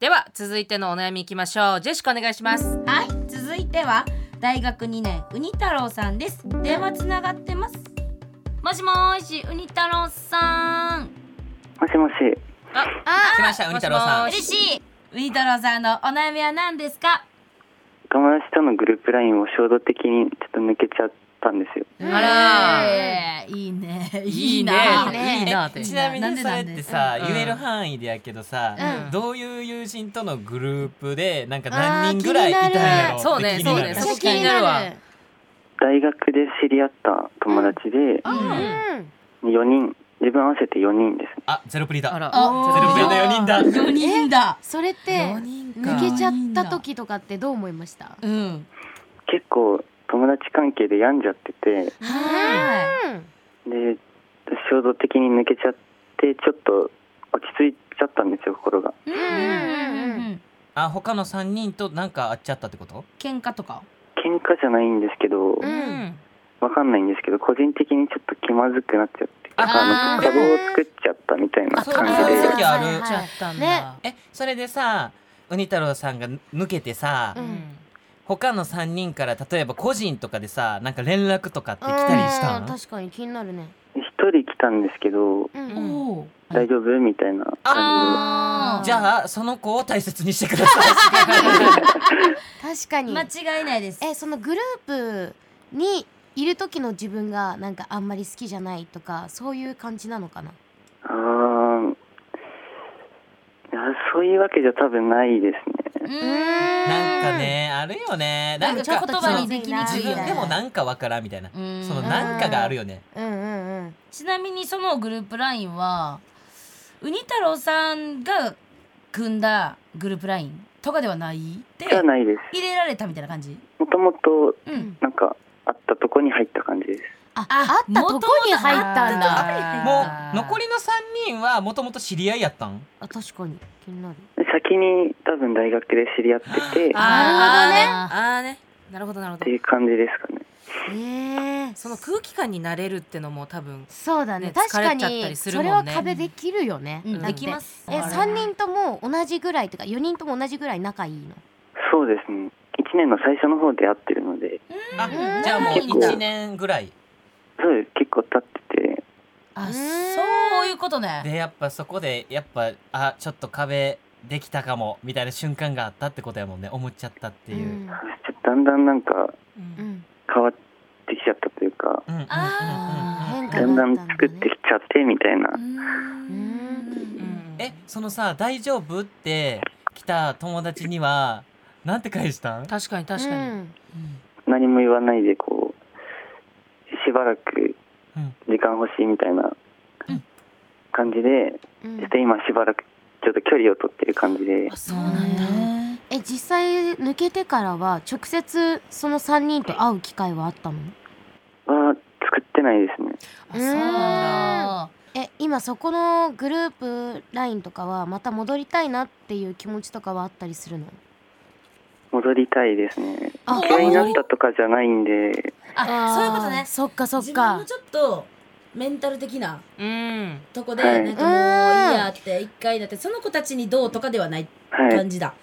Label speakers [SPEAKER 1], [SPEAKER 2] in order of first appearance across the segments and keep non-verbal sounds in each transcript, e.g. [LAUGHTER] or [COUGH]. [SPEAKER 1] では続いてのお悩みいきましょうジェシカお願いします
[SPEAKER 2] はい、続いては大学2年ウニ太郎さんです。電話つながってます。もしもーし、ウニ太郎さん。
[SPEAKER 3] もしもし、
[SPEAKER 2] あ
[SPEAKER 4] 来ましたウニ太郎さん
[SPEAKER 1] もしも
[SPEAKER 2] 嬉
[SPEAKER 1] し
[SPEAKER 2] しい。ウニ太郎さんのお悩みは何ですか。
[SPEAKER 3] 友達とのグループラインを衝動的にちょっと抜けちゃったんですよ。
[SPEAKER 1] あら
[SPEAKER 2] えーいいね。
[SPEAKER 4] いいね
[SPEAKER 2] ない
[SPEAKER 1] いなって
[SPEAKER 4] えちなみ
[SPEAKER 2] なん
[SPEAKER 4] に
[SPEAKER 2] で
[SPEAKER 4] そ
[SPEAKER 2] な
[SPEAKER 4] れ
[SPEAKER 2] ん
[SPEAKER 4] っ
[SPEAKER 2] で
[SPEAKER 4] てさ、
[SPEAKER 1] うん
[SPEAKER 4] 言える範囲でやけどさ、
[SPEAKER 2] うん
[SPEAKER 4] どういう友人とのグループでなんか何人ぐらいいたんや
[SPEAKER 1] あー気にな
[SPEAKER 4] ろ
[SPEAKER 1] るそうね
[SPEAKER 4] って気にな
[SPEAKER 1] そう
[SPEAKER 4] る
[SPEAKER 1] ねそこ気になるわ
[SPEAKER 3] 大学で知り合った友達で
[SPEAKER 1] うん
[SPEAKER 3] 4人、自分合わせて4人ですね。
[SPEAKER 4] あゼロプリだ
[SPEAKER 1] あら
[SPEAKER 4] ゼロプリ
[SPEAKER 2] あ
[SPEAKER 4] だ四人だ
[SPEAKER 2] 四人だ。
[SPEAKER 5] それって抜けちゃった時とかってどう思いました
[SPEAKER 1] うん
[SPEAKER 3] 結構友達関係で病んじゃってて、で
[SPEAKER 1] は
[SPEAKER 3] 衝動的に抜けちゃってちょっと落ち着いちゃったんですよ心が。
[SPEAKER 2] うん
[SPEAKER 5] うんうん
[SPEAKER 4] あ他の三人となんかあっちゃったってこと
[SPEAKER 2] 喧嘩とか。
[SPEAKER 3] 喧嘩じゃないんですけど、
[SPEAKER 5] うん
[SPEAKER 3] わかんないんですけど個人的にちょっと気まずくなっちゃって、
[SPEAKER 4] あ
[SPEAKER 3] あ
[SPEAKER 4] ー
[SPEAKER 3] の壁を作っちゃったみたいな
[SPEAKER 4] そういう
[SPEAKER 3] 感
[SPEAKER 4] 感
[SPEAKER 3] じ
[SPEAKER 4] じ
[SPEAKER 3] で
[SPEAKER 4] で
[SPEAKER 5] あー
[SPEAKER 4] 時あ
[SPEAKER 5] はい
[SPEAKER 4] る
[SPEAKER 5] はい
[SPEAKER 1] ちゃったんだ
[SPEAKER 5] ね
[SPEAKER 4] えそれでさウニ太郎さんが抜けてさ、
[SPEAKER 5] うん
[SPEAKER 4] 他の三人から例えば個人とかでさなんか連絡とかって来たりした
[SPEAKER 5] うん
[SPEAKER 4] の
[SPEAKER 5] 確かに気になるね
[SPEAKER 3] 一人来たんですけど
[SPEAKER 5] うん
[SPEAKER 1] うん
[SPEAKER 2] おお。
[SPEAKER 3] 大丈夫みたいな感
[SPEAKER 2] あー
[SPEAKER 4] じゃあその子を大切にしてください
[SPEAKER 5] 確かに
[SPEAKER 2] 間違いないです。
[SPEAKER 5] えそのグループにいる時の自分がなんかあんまり好きじゃないとかそういう感じなのかな
[SPEAKER 3] じで、あーいやそういうわけじゃ多分ないですね。
[SPEAKER 2] うん
[SPEAKER 4] なんかねあるよね
[SPEAKER 2] な
[SPEAKER 4] なんん
[SPEAKER 2] か
[SPEAKER 4] か
[SPEAKER 2] ちょっと言葉にできに
[SPEAKER 5] そ
[SPEAKER 2] く
[SPEAKER 4] 自
[SPEAKER 2] いよ
[SPEAKER 4] 分でも
[SPEAKER 2] ね。
[SPEAKER 4] なんかわからんみたいな
[SPEAKER 2] うん
[SPEAKER 4] そのなんかがあるよね
[SPEAKER 5] うんうんうん
[SPEAKER 2] ちなみにそのグループラインはウニ太郎さんが組んだグループラインとかではないって
[SPEAKER 3] じゃ
[SPEAKER 2] 入
[SPEAKER 3] ないです。
[SPEAKER 2] れられたみたいな感じ
[SPEAKER 3] もともと
[SPEAKER 2] うん
[SPEAKER 3] なんかあったとこに入った感じです。
[SPEAKER 5] ああったとこに入ったんだ
[SPEAKER 4] もう残りの三人はもともと知り合いやったん
[SPEAKER 5] あ確かに気になる
[SPEAKER 3] で先に多分大学で知り合っててっ
[SPEAKER 1] あ
[SPEAKER 6] ああねなるほどなるほ
[SPEAKER 3] て
[SPEAKER 6] ど
[SPEAKER 3] いう感じですかね。
[SPEAKER 5] えー、
[SPEAKER 6] その空気感になれるってのも多分
[SPEAKER 5] そうだね
[SPEAKER 6] ね
[SPEAKER 5] 確か
[SPEAKER 6] 疲れちゃった
[SPEAKER 5] に
[SPEAKER 6] りす
[SPEAKER 5] そ
[SPEAKER 6] る
[SPEAKER 5] れ
[SPEAKER 6] も
[SPEAKER 5] は
[SPEAKER 6] んね
[SPEAKER 5] 壁できるよね、
[SPEAKER 2] うん
[SPEAKER 5] だって
[SPEAKER 2] できます
[SPEAKER 5] え
[SPEAKER 2] あれ
[SPEAKER 5] 三人とも同じぐらいとか四人とも同じぐらい仲いいの
[SPEAKER 3] そうですね。1年の最初の方で会ってるので、
[SPEAKER 4] あ
[SPEAKER 2] うん
[SPEAKER 4] じゃあもう一年ぐらい
[SPEAKER 3] そうです。結構経ってて、
[SPEAKER 2] あ
[SPEAKER 5] うん
[SPEAKER 2] そういうことね
[SPEAKER 4] でやっぱそこでやっぱあちょっと壁できたかもみたいな瞬間があったってことやもんね思っちゃったっていう、うん
[SPEAKER 3] ちょっとだんだんなんか
[SPEAKER 5] うんうん
[SPEAKER 3] 変わってきちゃったというか、
[SPEAKER 4] うんうんうん
[SPEAKER 2] あ
[SPEAKER 5] 変化
[SPEAKER 3] だん
[SPEAKER 5] が
[SPEAKER 3] だ
[SPEAKER 5] あっ
[SPEAKER 3] ん
[SPEAKER 5] たんだ
[SPEAKER 3] 作って
[SPEAKER 5] ね
[SPEAKER 3] きちゃってみたいな。
[SPEAKER 6] うん
[SPEAKER 4] えそのさ「大丈夫?」って来た友達にはなんて返したん
[SPEAKER 6] 確かに確かに、
[SPEAKER 5] うん
[SPEAKER 3] 何も言わないでこうしばらく
[SPEAKER 4] うん
[SPEAKER 3] 時間欲しいみたいな感じで、
[SPEAKER 5] うん
[SPEAKER 3] そして今しばらくちょっと距離を取ってる感じで
[SPEAKER 6] あそうなんだ、
[SPEAKER 5] え実際抜けてからは直接その三人と会う機会はあったの
[SPEAKER 3] は作ってないですね
[SPEAKER 6] あそうなんだ
[SPEAKER 2] あ
[SPEAKER 5] え今そこのグループラインとかはまた戻りたいなっていう気持ちとかはあったりするの
[SPEAKER 3] 戻りたいですね
[SPEAKER 5] あ
[SPEAKER 3] 嫌いになったとかじゃないんで
[SPEAKER 2] あそういうことね
[SPEAKER 5] そっかそっ
[SPEAKER 2] 自分
[SPEAKER 5] か
[SPEAKER 2] のちょっとメンタル的な
[SPEAKER 6] うん
[SPEAKER 2] とこで
[SPEAKER 3] はい
[SPEAKER 2] なんかもういいやって一回だってその子たちにどうとかではない
[SPEAKER 3] はい
[SPEAKER 2] 感じだ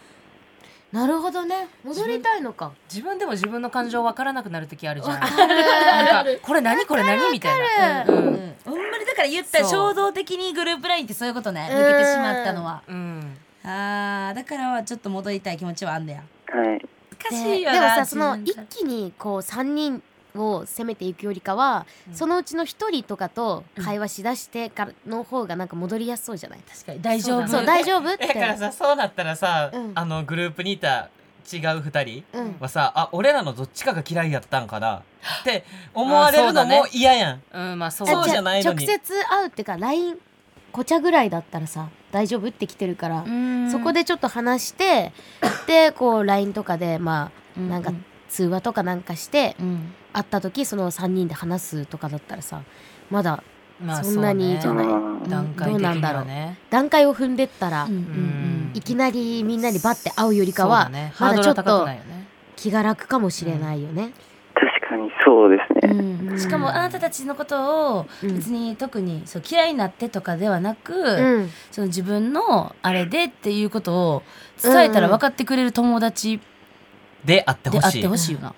[SPEAKER 5] なるほどね戻りたいのか
[SPEAKER 6] 自分でも自分の感情わからなくなる時あるじゃん
[SPEAKER 5] ある
[SPEAKER 6] なんかこれ何これ何みたいな
[SPEAKER 2] う
[SPEAKER 6] うんん
[SPEAKER 2] ほんまにだから言った
[SPEAKER 6] そう
[SPEAKER 2] 衝動的にグループラインってそういうことね抜けてしまったのは
[SPEAKER 6] うん
[SPEAKER 2] あーだからはちょっと戻りたい気持ちはあんだよ
[SPEAKER 3] はい
[SPEAKER 2] 難
[SPEAKER 5] で
[SPEAKER 2] しい
[SPEAKER 5] で
[SPEAKER 2] よ
[SPEAKER 5] も
[SPEAKER 2] な
[SPEAKER 5] さその
[SPEAKER 2] 自
[SPEAKER 5] 一
[SPEAKER 2] 分
[SPEAKER 5] 気にこう3人を攻めていくよりかは、
[SPEAKER 6] うん
[SPEAKER 5] そのうちの1人とかと会話しだしてからの方がなんか戻りやすそうじゃない、
[SPEAKER 2] 確かに大丈夫
[SPEAKER 5] そう大丈夫って
[SPEAKER 4] だからさそうなったらさ、
[SPEAKER 5] うん
[SPEAKER 4] あのグループにいた違う二人
[SPEAKER 5] うん
[SPEAKER 4] はさあ俺らのどっちかが嫌いやったんかなって思われるのも嫌やん、
[SPEAKER 6] うんまあそう
[SPEAKER 4] そ
[SPEAKER 6] だ
[SPEAKER 4] うじ
[SPEAKER 6] ね
[SPEAKER 4] ゃないのに
[SPEAKER 5] あじゃあ直接会うっていうか LINE こちゃぐらいだったらさ大丈夫って来てるから、
[SPEAKER 2] うん
[SPEAKER 5] そこでちょっと話してでこう LINE とかでまあ
[SPEAKER 2] うん
[SPEAKER 5] なんか通話とかなんかして
[SPEAKER 2] うん
[SPEAKER 5] 会った時その3人で話すとかだったらさまだ
[SPEAKER 6] まあ
[SPEAKER 5] そんなに
[SPEAKER 6] そうね
[SPEAKER 5] じゃない
[SPEAKER 3] うん
[SPEAKER 6] 段階
[SPEAKER 5] どう
[SPEAKER 6] 的
[SPEAKER 5] なん
[SPEAKER 6] に
[SPEAKER 5] だろ
[SPEAKER 6] は
[SPEAKER 5] う
[SPEAKER 6] ね
[SPEAKER 5] 段階を踏んでったら、
[SPEAKER 2] うんうん
[SPEAKER 5] いきなりみんなにバッて会うよりか
[SPEAKER 6] そ
[SPEAKER 5] は、
[SPEAKER 6] うだねハ
[SPEAKER 5] ま
[SPEAKER 6] ー
[SPEAKER 5] だ
[SPEAKER 6] ド
[SPEAKER 5] ち
[SPEAKER 6] ルは高く
[SPEAKER 5] ょっと
[SPEAKER 6] ないよね
[SPEAKER 5] 気が楽かもしれないよね。
[SPEAKER 3] 確かにそうで
[SPEAKER 2] う
[SPEAKER 3] すね、
[SPEAKER 2] ん
[SPEAKER 5] うん
[SPEAKER 2] しかもあなたたちのことを
[SPEAKER 5] うん
[SPEAKER 2] 別に特にそう嫌いになってとかではなく、
[SPEAKER 5] うん
[SPEAKER 2] その自分のあれでっていうことを伝えたら分かってくれる友達
[SPEAKER 4] であって
[SPEAKER 2] で
[SPEAKER 4] ほ
[SPEAKER 2] あっ
[SPEAKER 4] しい
[SPEAKER 2] てほしいよな、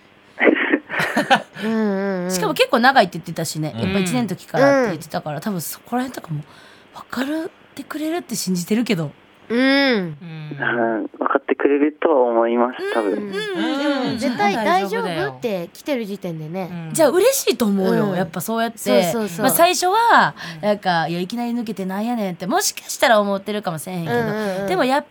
[SPEAKER 5] うんうんうん
[SPEAKER 2] しかも結構長いって言ってたしね、
[SPEAKER 4] う
[SPEAKER 2] や
[SPEAKER 4] ん
[SPEAKER 2] っぱ1年の時からって言ってたから、多分そこら辺とかも分かるってくれるって信じてるけど、
[SPEAKER 5] うん
[SPEAKER 6] うん
[SPEAKER 3] はい分かってくれるとは思います多分、
[SPEAKER 5] うん
[SPEAKER 4] うん
[SPEAKER 5] 絶対大丈
[SPEAKER 6] うん大丈夫だ
[SPEAKER 5] 夫
[SPEAKER 6] よ
[SPEAKER 5] って来てる時点でね。
[SPEAKER 6] うん
[SPEAKER 2] じゃあ嬉しいと思うよ、
[SPEAKER 5] うん
[SPEAKER 2] やっぱそうやって
[SPEAKER 5] そうそうそう
[SPEAKER 2] まあ、最初はなんかいやいきなり抜けてなんやねんってもしかしたら思ってるかもしれへんけど、
[SPEAKER 5] うんうん
[SPEAKER 2] でもやっぱ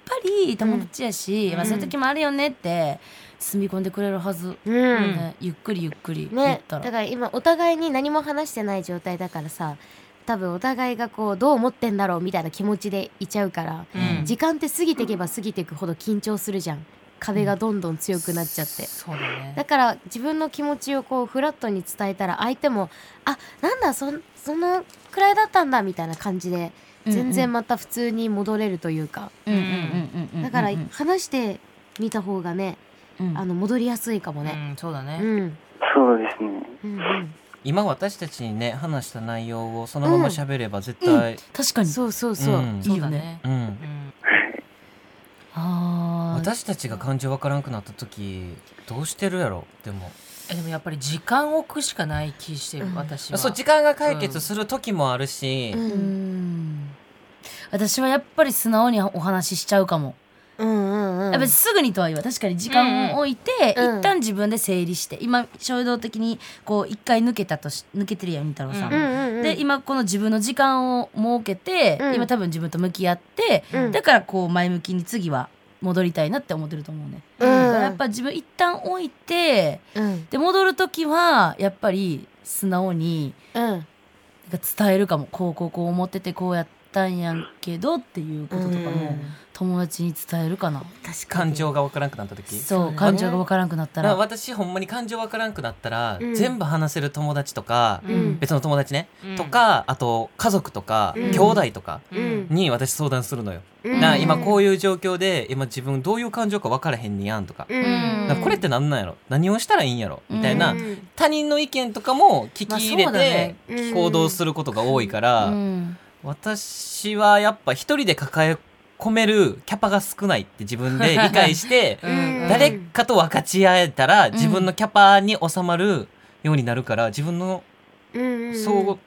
[SPEAKER 2] り友達やし、
[SPEAKER 6] うん
[SPEAKER 2] まあ、そういう時もあるよねって住み込んでくれるはず、
[SPEAKER 5] うん
[SPEAKER 2] ねゆっくりゆっくり言っ
[SPEAKER 5] ね、
[SPEAKER 2] た
[SPEAKER 5] だ
[SPEAKER 2] ら、
[SPEAKER 5] から今お互いに何も話してない状態だからさ多分お互いがこうどう思ってんだろうみたいな気持ちでいちゃうから、
[SPEAKER 6] うん
[SPEAKER 5] 時間って過ぎてけば過ぎていくほど緊張するじゃん壁がどんどん強くなっちゃって、
[SPEAKER 6] そうだね
[SPEAKER 5] だから自分の気持ちをこうフラットに伝えたら相手もあなんだそんそのくらいだったんだみたいな感じで
[SPEAKER 2] うんうん
[SPEAKER 5] 全然また普通に戻れるというか、
[SPEAKER 2] うんうんうんうんうん
[SPEAKER 5] だから
[SPEAKER 2] うん
[SPEAKER 5] 話してみた方がね、
[SPEAKER 2] うん
[SPEAKER 5] あの戻りやすいかもね。
[SPEAKER 6] うんそうだ
[SPEAKER 5] う
[SPEAKER 6] ね
[SPEAKER 5] ん
[SPEAKER 3] そうですね
[SPEAKER 5] うん
[SPEAKER 4] 今私たちにね話した内容をそのまま喋れば絶対、
[SPEAKER 2] 確か
[SPEAKER 5] うん、
[SPEAKER 2] に
[SPEAKER 5] そうそうそう、
[SPEAKER 4] うん
[SPEAKER 2] いい
[SPEAKER 6] そう
[SPEAKER 2] よ
[SPEAKER 6] だ
[SPEAKER 2] ね
[SPEAKER 6] ね
[SPEAKER 4] うん
[SPEAKER 6] うん
[SPEAKER 2] あー
[SPEAKER 4] 私たちが感情わからんくなった時どうしてるやろでも
[SPEAKER 6] えでもやっぱり時間を置くしかない気してる私は
[SPEAKER 4] そう時間が解決する時もあるし、
[SPEAKER 5] うん
[SPEAKER 2] うん私はやっぱり素直にお話ししちゃうかも、
[SPEAKER 5] うんうんう
[SPEAKER 2] や
[SPEAKER 5] ん
[SPEAKER 2] っぱりすぐにとは言わ確かに時間を置いて、
[SPEAKER 5] うん
[SPEAKER 2] 一旦自分で整理して今衝動的にこう一回抜けたとし抜けてるやんみたろうさんも、
[SPEAKER 5] うんうんうん、
[SPEAKER 2] で今この自分の時間を設けて、
[SPEAKER 5] うん
[SPEAKER 2] 今多分自分と向き合って、
[SPEAKER 5] うん
[SPEAKER 2] だからこう前向きに次は戻りたいなって思ってると思うね、
[SPEAKER 5] う
[SPEAKER 2] だ
[SPEAKER 5] ん
[SPEAKER 2] からやっぱ自分一旦置いて
[SPEAKER 5] うん
[SPEAKER 2] で戻る時はやっぱり素直に
[SPEAKER 5] うん
[SPEAKER 2] なんか伝えるかもこうこうこう思っててこうやったんやんけどっていうこととか
[SPEAKER 5] う
[SPEAKER 2] も
[SPEAKER 5] ん
[SPEAKER 2] 友達に伝えるかな、
[SPEAKER 4] 感情がわからんくなった時
[SPEAKER 2] そう
[SPEAKER 5] ね
[SPEAKER 2] 感情がわからなくなった
[SPEAKER 4] だから
[SPEAKER 2] ら
[SPEAKER 4] 私ほんまに感情わからんくなったら、
[SPEAKER 5] うん
[SPEAKER 4] 全部話せる友達とか、
[SPEAKER 5] うん
[SPEAKER 4] 別の友達ね、
[SPEAKER 6] うん
[SPEAKER 4] とかあと家族とか、
[SPEAKER 5] うん
[SPEAKER 4] 兄弟とか
[SPEAKER 5] うん
[SPEAKER 4] に私相談するのよ、
[SPEAKER 5] う
[SPEAKER 4] なんあ今こういう状況で今自分どういう感情か分からへんねやんとか,、
[SPEAKER 5] うん、
[SPEAKER 2] ん
[SPEAKER 4] これって何なんやろ何をしたらいいんやろみたいな、
[SPEAKER 5] うん
[SPEAKER 4] 他人の意見とかも聞き入れ
[SPEAKER 2] まあそうだね
[SPEAKER 4] て行動することが多いから、
[SPEAKER 2] うん
[SPEAKER 4] 私はやっぱ一人で抱え込めるキャパが少ないって自分で理解して
[SPEAKER 6] うんうん
[SPEAKER 4] 誰かと分かち合えたら自分のキャパに収まるようになるから自分の
[SPEAKER 5] うんうん
[SPEAKER 4] 総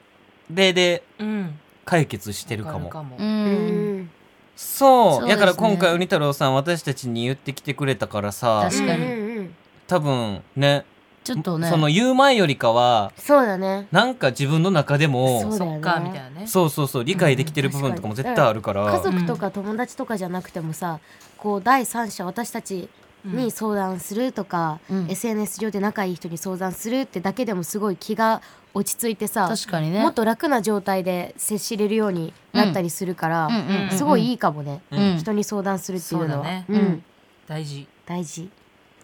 [SPEAKER 4] 例で
[SPEAKER 6] うん
[SPEAKER 4] 解決してるか
[SPEAKER 6] わ
[SPEAKER 4] も。
[SPEAKER 6] るも
[SPEAKER 2] う
[SPEAKER 5] うんん
[SPEAKER 4] そう
[SPEAKER 2] そうですね
[SPEAKER 4] だから今回ウニ太郎さん私たちに言ってきてくれたからさ
[SPEAKER 2] 確かに
[SPEAKER 5] うんうんうん
[SPEAKER 4] 多分ね
[SPEAKER 2] ちょっとね
[SPEAKER 4] その言う前よりかは
[SPEAKER 5] そうだね
[SPEAKER 4] なんか自分の中で
[SPEAKER 5] そ
[SPEAKER 4] も
[SPEAKER 5] うだよね
[SPEAKER 6] そっかみたいなね
[SPEAKER 4] そうそうそう理解できてる部分とかも絶対あるから。
[SPEAKER 5] 家族とか友達とかじゃなくてもさ、こう第三者私たちに相談するとか、
[SPEAKER 2] うん
[SPEAKER 5] SNS 上で仲いい人に相談するってだけでもすごい気が落ち着いてさ、
[SPEAKER 2] 確かにね
[SPEAKER 5] もっと楽な状態で接しれるようになったりするから、
[SPEAKER 2] うんうんうん
[SPEAKER 5] すごいいいかもね、
[SPEAKER 2] うん
[SPEAKER 5] 人に相談するっていう
[SPEAKER 6] そ
[SPEAKER 5] のは
[SPEAKER 6] うだね
[SPEAKER 5] ん、
[SPEAKER 6] 大事
[SPEAKER 5] 大事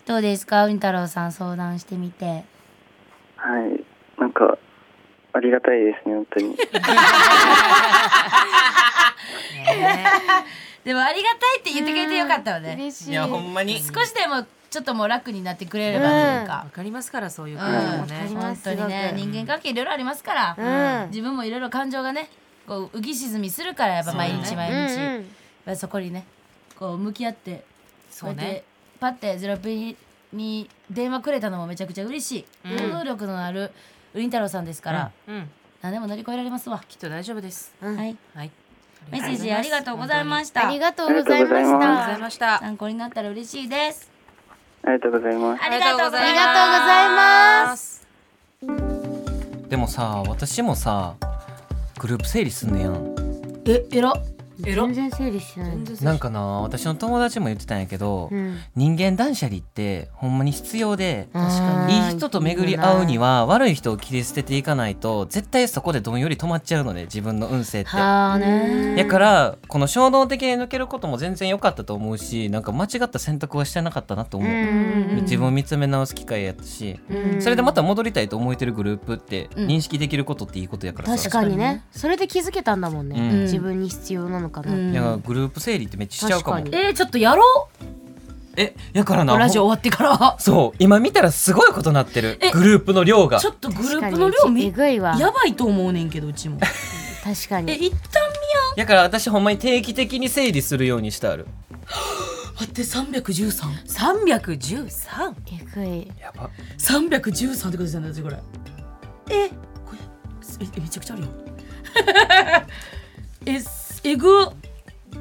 [SPEAKER 2] どうですかウニ太郎さん相談してみて
[SPEAKER 3] はいなんかありがたいですね本当に
[SPEAKER 2] でもありがたいって言ってくれてよかったわね
[SPEAKER 5] 嬉しい
[SPEAKER 4] いやほんまに
[SPEAKER 2] 少しでもちょっともう楽になってくれればというか
[SPEAKER 6] わ、かりますからそういう
[SPEAKER 2] うん
[SPEAKER 6] 感じも
[SPEAKER 5] わかり
[SPEAKER 6] ね
[SPEAKER 5] ま
[SPEAKER 2] 本
[SPEAKER 5] す
[SPEAKER 2] 当にね
[SPEAKER 5] すごく
[SPEAKER 2] 人間関係いろいろありますから、
[SPEAKER 5] うん
[SPEAKER 2] 自分もいろいろ感情がねこう浮き沈みするからやっぱ毎日
[SPEAKER 6] そう
[SPEAKER 2] 毎
[SPEAKER 5] う
[SPEAKER 2] 日そ,、
[SPEAKER 5] ん
[SPEAKER 2] そこにねこう向き合って
[SPEAKER 6] そう
[SPEAKER 2] こうやっ
[SPEAKER 6] ね
[SPEAKER 2] てパッてゼロピーに電話くれたのもめちゃくちゃ嬉しい、
[SPEAKER 6] うん
[SPEAKER 2] 行動力のあるウリン太郎さんですから、
[SPEAKER 6] うん
[SPEAKER 2] 何でも乗り越えられますわ、
[SPEAKER 6] きっと大丈夫です
[SPEAKER 5] うん
[SPEAKER 2] はい
[SPEAKER 6] はい
[SPEAKER 2] メッセージありがとうございまし
[SPEAKER 5] あ
[SPEAKER 2] た
[SPEAKER 5] りがとうございま
[SPEAKER 3] ありがとうござい
[SPEAKER 5] し
[SPEAKER 6] ありがとうご
[SPEAKER 5] た
[SPEAKER 6] ざいました
[SPEAKER 2] 参考になったら嬉しいです
[SPEAKER 3] ありがとうございます
[SPEAKER 2] ありがとうございます
[SPEAKER 5] ありがとうございます
[SPEAKER 4] でもさ私もさグループ整理すんねやん
[SPEAKER 2] ええら
[SPEAKER 6] 偉っ
[SPEAKER 5] 全然整理してない
[SPEAKER 6] 全然
[SPEAKER 4] なんかな私の友達も言ってたんやけど、
[SPEAKER 5] うん
[SPEAKER 4] 人間断捨離ってほんまに必要で
[SPEAKER 6] 確か
[SPEAKER 5] あ
[SPEAKER 6] に
[SPEAKER 4] い
[SPEAKER 5] ー
[SPEAKER 4] い人と巡り合うには悪い人を切り捨てていかないと絶対そこでどんより止まっちゃうので自分の運勢って。
[SPEAKER 5] はあね
[SPEAKER 4] だからこの衝動的に抜けることも全然良かったと思うしなんか間違った選択はしてなかったなと思う、
[SPEAKER 5] うん
[SPEAKER 4] 自分を見つめ直す機会やったし、
[SPEAKER 5] うん
[SPEAKER 4] それでまた戻りたいと思えてるグループって
[SPEAKER 2] うん
[SPEAKER 4] 認識できることっていいことやから
[SPEAKER 5] 確
[SPEAKER 4] さ、
[SPEAKER 5] かにねそれで気づけたんだもんね、
[SPEAKER 4] うん
[SPEAKER 5] 自分に必要なのかな、
[SPEAKER 4] いやグループ整理ってめっちゃしちゃうかも
[SPEAKER 5] 確かに
[SPEAKER 6] えー、ちょっとやろ
[SPEAKER 4] えやからな
[SPEAKER 6] うラジオ終わってから
[SPEAKER 4] そう今見たらすごいことなってる
[SPEAKER 6] え
[SPEAKER 4] グループの量が
[SPEAKER 6] ちょっとグル
[SPEAKER 5] 確か
[SPEAKER 6] ー
[SPEAKER 5] に
[SPEAKER 6] プの量め
[SPEAKER 5] えぐいわ
[SPEAKER 6] やばいと思うねんけどうちも
[SPEAKER 5] 確か
[SPEAKER 6] え
[SPEAKER 5] に
[SPEAKER 6] 一旦
[SPEAKER 4] やから私ほんまに定期的に整理するようにしてある
[SPEAKER 6] 待って3133 313
[SPEAKER 5] えぐい
[SPEAKER 4] やば
[SPEAKER 6] 313ってことですよね私これえこれえめちゃくちゃあるよ [LAUGHS] えすえぐ
[SPEAKER 4] い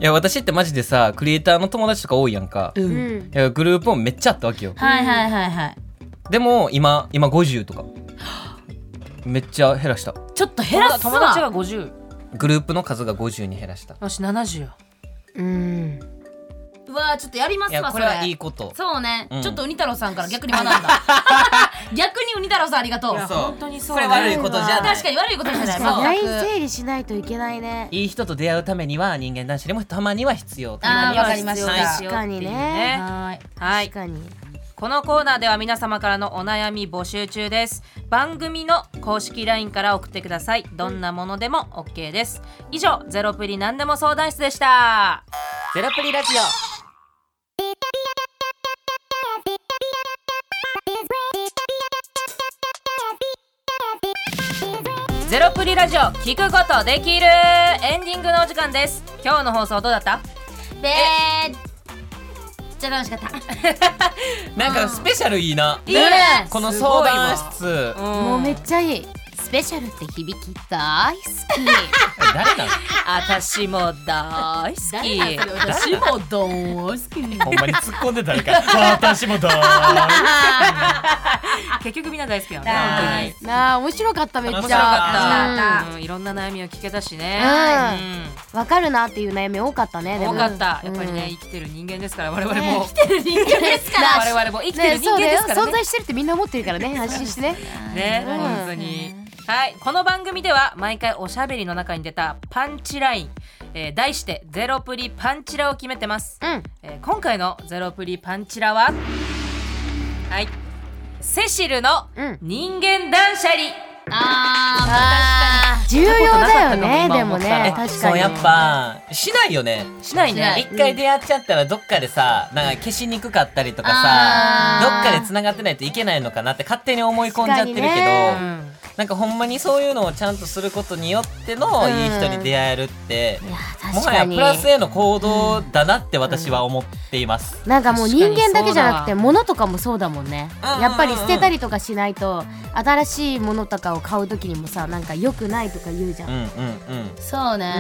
[SPEAKER 4] や私ってマジでさクリエイターの友達とか多いやんか、
[SPEAKER 6] う
[SPEAKER 5] うんん
[SPEAKER 4] いやグループもめっちゃあったわけよ
[SPEAKER 6] はいはいはいはい
[SPEAKER 4] でも今今50とかめっちゃ減らした
[SPEAKER 6] ちょっと減らすわ
[SPEAKER 1] 友達が50
[SPEAKER 4] グループの数が50に減らした
[SPEAKER 6] よし70よ
[SPEAKER 5] うん
[SPEAKER 2] うわーちょっとやりま
[SPEAKER 4] い
[SPEAKER 2] す
[SPEAKER 4] や
[SPEAKER 2] わ
[SPEAKER 4] こ
[SPEAKER 2] そ
[SPEAKER 4] れ
[SPEAKER 2] れ
[SPEAKER 4] はいいこと
[SPEAKER 2] そうね、
[SPEAKER 4] うん
[SPEAKER 2] ちょっとウニ太郎さんから逆に学んだ逆にウニ太郎さんありがとう
[SPEAKER 4] そう
[SPEAKER 6] 本当にそう
[SPEAKER 4] これ悪いことじゃない
[SPEAKER 2] 確かに悪いことじゃない
[SPEAKER 5] 確かに
[SPEAKER 2] そう
[SPEAKER 5] 整理しないといけないね
[SPEAKER 4] いい人と出会うためには人間男子でもたまには必要
[SPEAKER 2] あーわかりました
[SPEAKER 4] はい
[SPEAKER 5] 確かにね
[SPEAKER 2] はい
[SPEAKER 1] はい
[SPEAKER 5] 確かに
[SPEAKER 1] このコーナーでは皆様からのお悩み募集中です番組の公式 LINE から送ってくださいどんなものでも OK です以上ゼロプリなんでも相談室でした
[SPEAKER 4] ゼロプリラジオ
[SPEAKER 1] ゼロプリラジオ聞くことできるエンディングのお時間です今日の放送どうだった
[SPEAKER 2] べーじゃあ楽しかった
[SPEAKER 4] なんかスペシャルいいなこの相談室
[SPEAKER 5] もうめっちゃいいスペシャルって響き大好き
[SPEAKER 4] 誰なの
[SPEAKER 1] 私も大好き
[SPEAKER 6] 私もどん好きに
[SPEAKER 4] ほんまに突っ込んでたから私もだー
[SPEAKER 1] 結局みんな大好きだよね
[SPEAKER 2] 大
[SPEAKER 1] 本当に
[SPEAKER 5] なあ面白かっためっち
[SPEAKER 4] 面
[SPEAKER 5] ゃ
[SPEAKER 1] 面
[SPEAKER 4] 白
[SPEAKER 1] 白
[SPEAKER 4] か
[SPEAKER 1] かった、うんいろんな悩みを聞けたしね、
[SPEAKER 5] たわかるなっていう悩み多かったね
[SPEAKER 1] うん
[SPEAKER 5] でも
[SPEAKER 1] 多かった、
[SPEAKER 5] うん
[SPEAKER 1] やっぱりね、生きてる人間ですから我々も、
[SPEAKER 2] 人間ですから
[SPEAKER 1] 我々も生きて
[SPEAKER 5] ね
[SPEAKER 1] る人
[SPEAKER 5] そう
[SPEAKER 1] 間
[SPEAKER 5] だ
[SPEAKER 1] で
[SPEAKER 5] よ
[SPEAKER 1] すから
[SPEAKER 5] 存
[SPEAKER 1] ね
[SPEAKER 5] 在してるってみんな思ってるからね安心してね
[SPEAKER 1] ね、
[SPEAKER 5] うん
[SPEAKER 1] 本当に。はい、この番組では毎回おしゃべりの中に出たパンチライン、えー題してゼロプリパンチラを決めてます、
[SPEAKER 5] うん
[SPEAKER 1] えー今回のゼロプリパンチラははいセシルの
[SPEAKER 5] うん
[SPEAKER 1] 人間断捨離、
[SPEAKER 2] あ
[SPEAKER 5] 重要だ
[SPEAKER 1] そ
[SPEAKER 5] よね
[SPEAKER 1] ん
[SPEAKER 5] で
[SPEAKER 1] なことなかったの今思
[SPEAKER 5] も
[SPEAKER 1] ったら
[SPEAKER 5] ね
[SPEAKER 4] え
[SPEAKER 5] 確
[SPEAKER 4] そう
[SPEAKER 5] か
[SPEAKER 4] やっ
[SPEAKER 5] に
[SPEAKER 4] ぱしないよね
[SPEAKER 1] しないね
[SPEAKER 4] 一回出会っちゃったらどっかでさなんか消しにくかったりとかさ
[SPEAKER 2] あ
[SPEAKER 4] ど
[SPEAKER 2] ー
[SPEAKER 4] っかでつながってないといけないのかなって勝手に思い込んじゃってるけど、
[SPEAKER 5] 確かに
[SPEAKER 1] う
[SPEAKER 5] ね
[SPEAKER 1] ん
[SPEAKER 4] なんかほんまにそういうのをちゃんとすることによっての
[SPEAKER 5] うん
[SPEAKER 4] いい人に出会えるって、
[SPEAKER 5] いや
[SPEAKER 4] も
[SPEAKER 5] 確
[SPEAKER 4] は
[SPEAKER 5] か
[SPEAKER 4] や
[SPEAKER 5] に
[SPEAKER 4] プラスへの行動だなって私は思っています。
[SPEAKER 5] なんかもう人間だけじゃな
[SPEAKER 1] 確かに
[SPEAKER 5] く
[SPEAKER 1] そう
[SPEAKER 5] て
[SPEAKER 1] だ
[SPEAKER 5] 物とかもそうだもんね
[SPEAKER 4] うんうんうん
[SPEAKER 5] やっぱり捨てたりとかしないと新しいものとかを買う時にもさなんか良くないとか言うじゃ
[SPEAKER 4] うん
[SPEAKER 5] ん
[SPEAKER 4] うんうん。
[SPEAKER 2] ーそうね、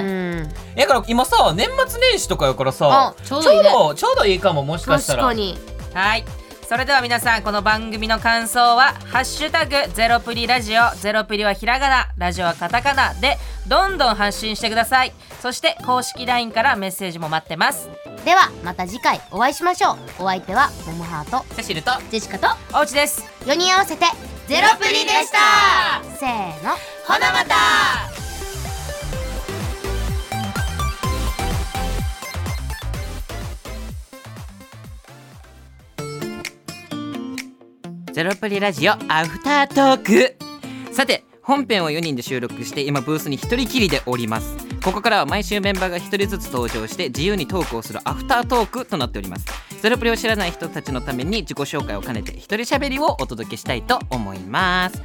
[SPEAKER 5] うん
[SPEAKER 4] やから今さ年末年始とかやからさ
[SPEAKER 5] あ
[SPEAKER 4] ち
[SPEAKER 2] ち
[SPEAKER 4] ょ
[SPEAKER 2] ょ
[SPEAKER 4] う
[SPEAKER 2] うどいいね
[SPEAKER 4] どちょうどいいかももしか
[SPEAKER 5] 確
[SPEAKER 4] した。
[SPEAKER 5] からに
[SPEAKER 1] はいそれでは皆さんこの番組の感想は「ハッシュタグゼロプリラジオ」「ゼロプリはひらがな」「ラジオはカタカナ」でどんどん発信してくださいそして公式 LINE からメッセージも待ってます
[SPEAKER 5] ではまた次回お会いしましょうお相手はモモハート
[SPEAKER 4] セシルと
[SPEAKER 2] ジェシカと
[SPEAKER 1] おうちです
[SPEAKER 5] 4人合わせてゼロプリでしたせーの
[SPEAKER 2] ほなまた
[SPEAKER 7] ゼロプリラジオアフタートークさて本編を4人で収録して今ブースに1人きりでおりますここからは毎週メンバーが1人ずつ登場して自由にトークをするアフタートークとなっておりますゼロプリを知らない人たちのために自己紹介を兼ねて一人喋りをお届けしたいと思います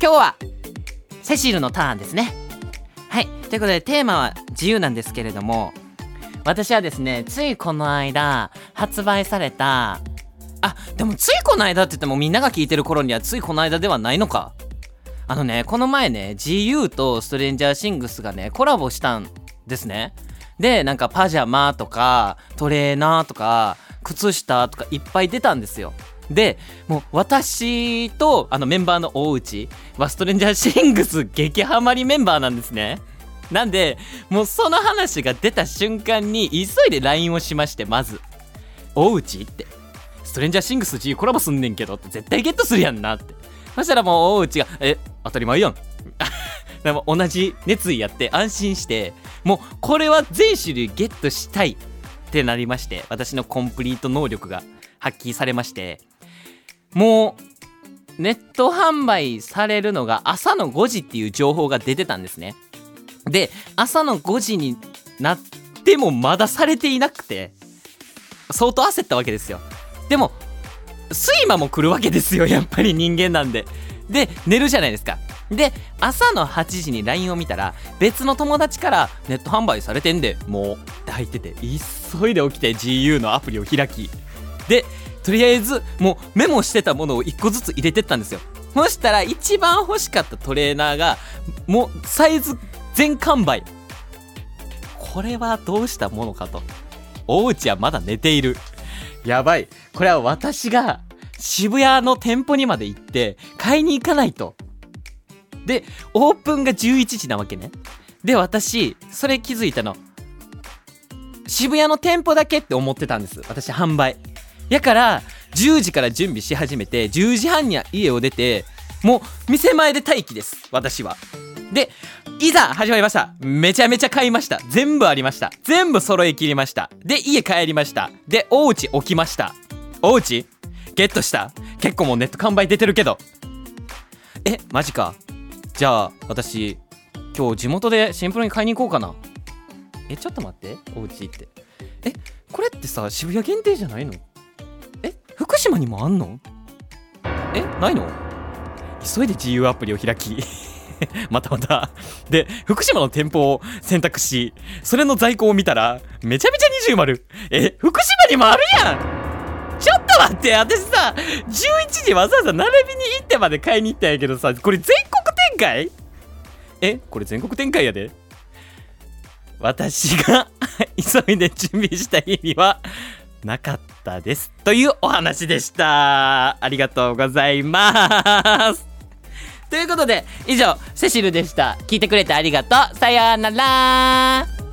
[SPEAKER 7] 今日はセシルのターンですねはいということでテーマは自由なんですけれども私はですねついこの間発売されたあでもついこの間って言ってもみんなが聞いてる頃にはついこの間ではないのかあのねこの前ね GU とストレンジャーシングスがねコラボしたんですねでなんかパジャマとかトレーナーとか靴下とかいっぱい出たんですよでもう私とあのメンバーの大内はストレンジャーシングス激ハマりメンバーなんですね
[SPEAKER 4] なんでもうその話が出た瞬間に急いで LINE をしましてまず「おうち?」って「ストレンジャーシングス G コラボすんねんけど」って絶対ゲットするやんなってそしたらもうおうちが「え当たり前やん」 [LAUGHS] でも同じ熱意やって安心してもうこれは全種類ゲットしたいってなりまして私のコンプリート能力が発揮されましてもうネット販売されるのが朝の5時っていう情報が出てたんですねで朝の5時になってもまだされていなくて相当焦ったわけですよでも睡魔も来るわけですよやっぱり人間なんでで寝るじゃないですかで朝の8時に LINE を見たら別の友達から「ネット販売されてんでもう」って入ってて急いで起きて GU のアプリを開きでとりあえずもうメモしてたものを1個ずつ入れてったんですよそしたら一番欲しかったトレーナーがもうサイズ全完売これはどうしたものかとおうちはまだ寝ているやばいこれは私が渋谷の店舗にまで行って買いに行かないとでオープンが11時なわけねで私それ気づいたの渋谷の店舗だけって思ってたんです私販売やから10時から準備し始めて10時半には家を出てもう店前で待機です私はでいざ始まりましためちゃめちゃ買いました全部ありました全部揃えきりましたで家帰りましたでおうち置きましたおうちゲットした結構もうネット完売出てるけどえマジかじゃあ私今日地元でシンプルに買いに行こうかなえちょっと待っておうちってえこれってさ渋谷限定じゃないのえ福島にもあんのえないの急いで GU アプリを開き [LAUGHS] またまたで福島の店舗を選択しそれの在庫を見たらめちゃめちゃ20丸え福島にもあるやんちょっと待って私さ11時わざわざ並びに行ってまで買いに行ったんやけどさこれ全国展開えこれ全国展開やで私が [LAUGHS] 急いで準備した意味はなかったですというお話でしたありがとうございますということで以上セシルでした聞いてくれてありがとうさようなら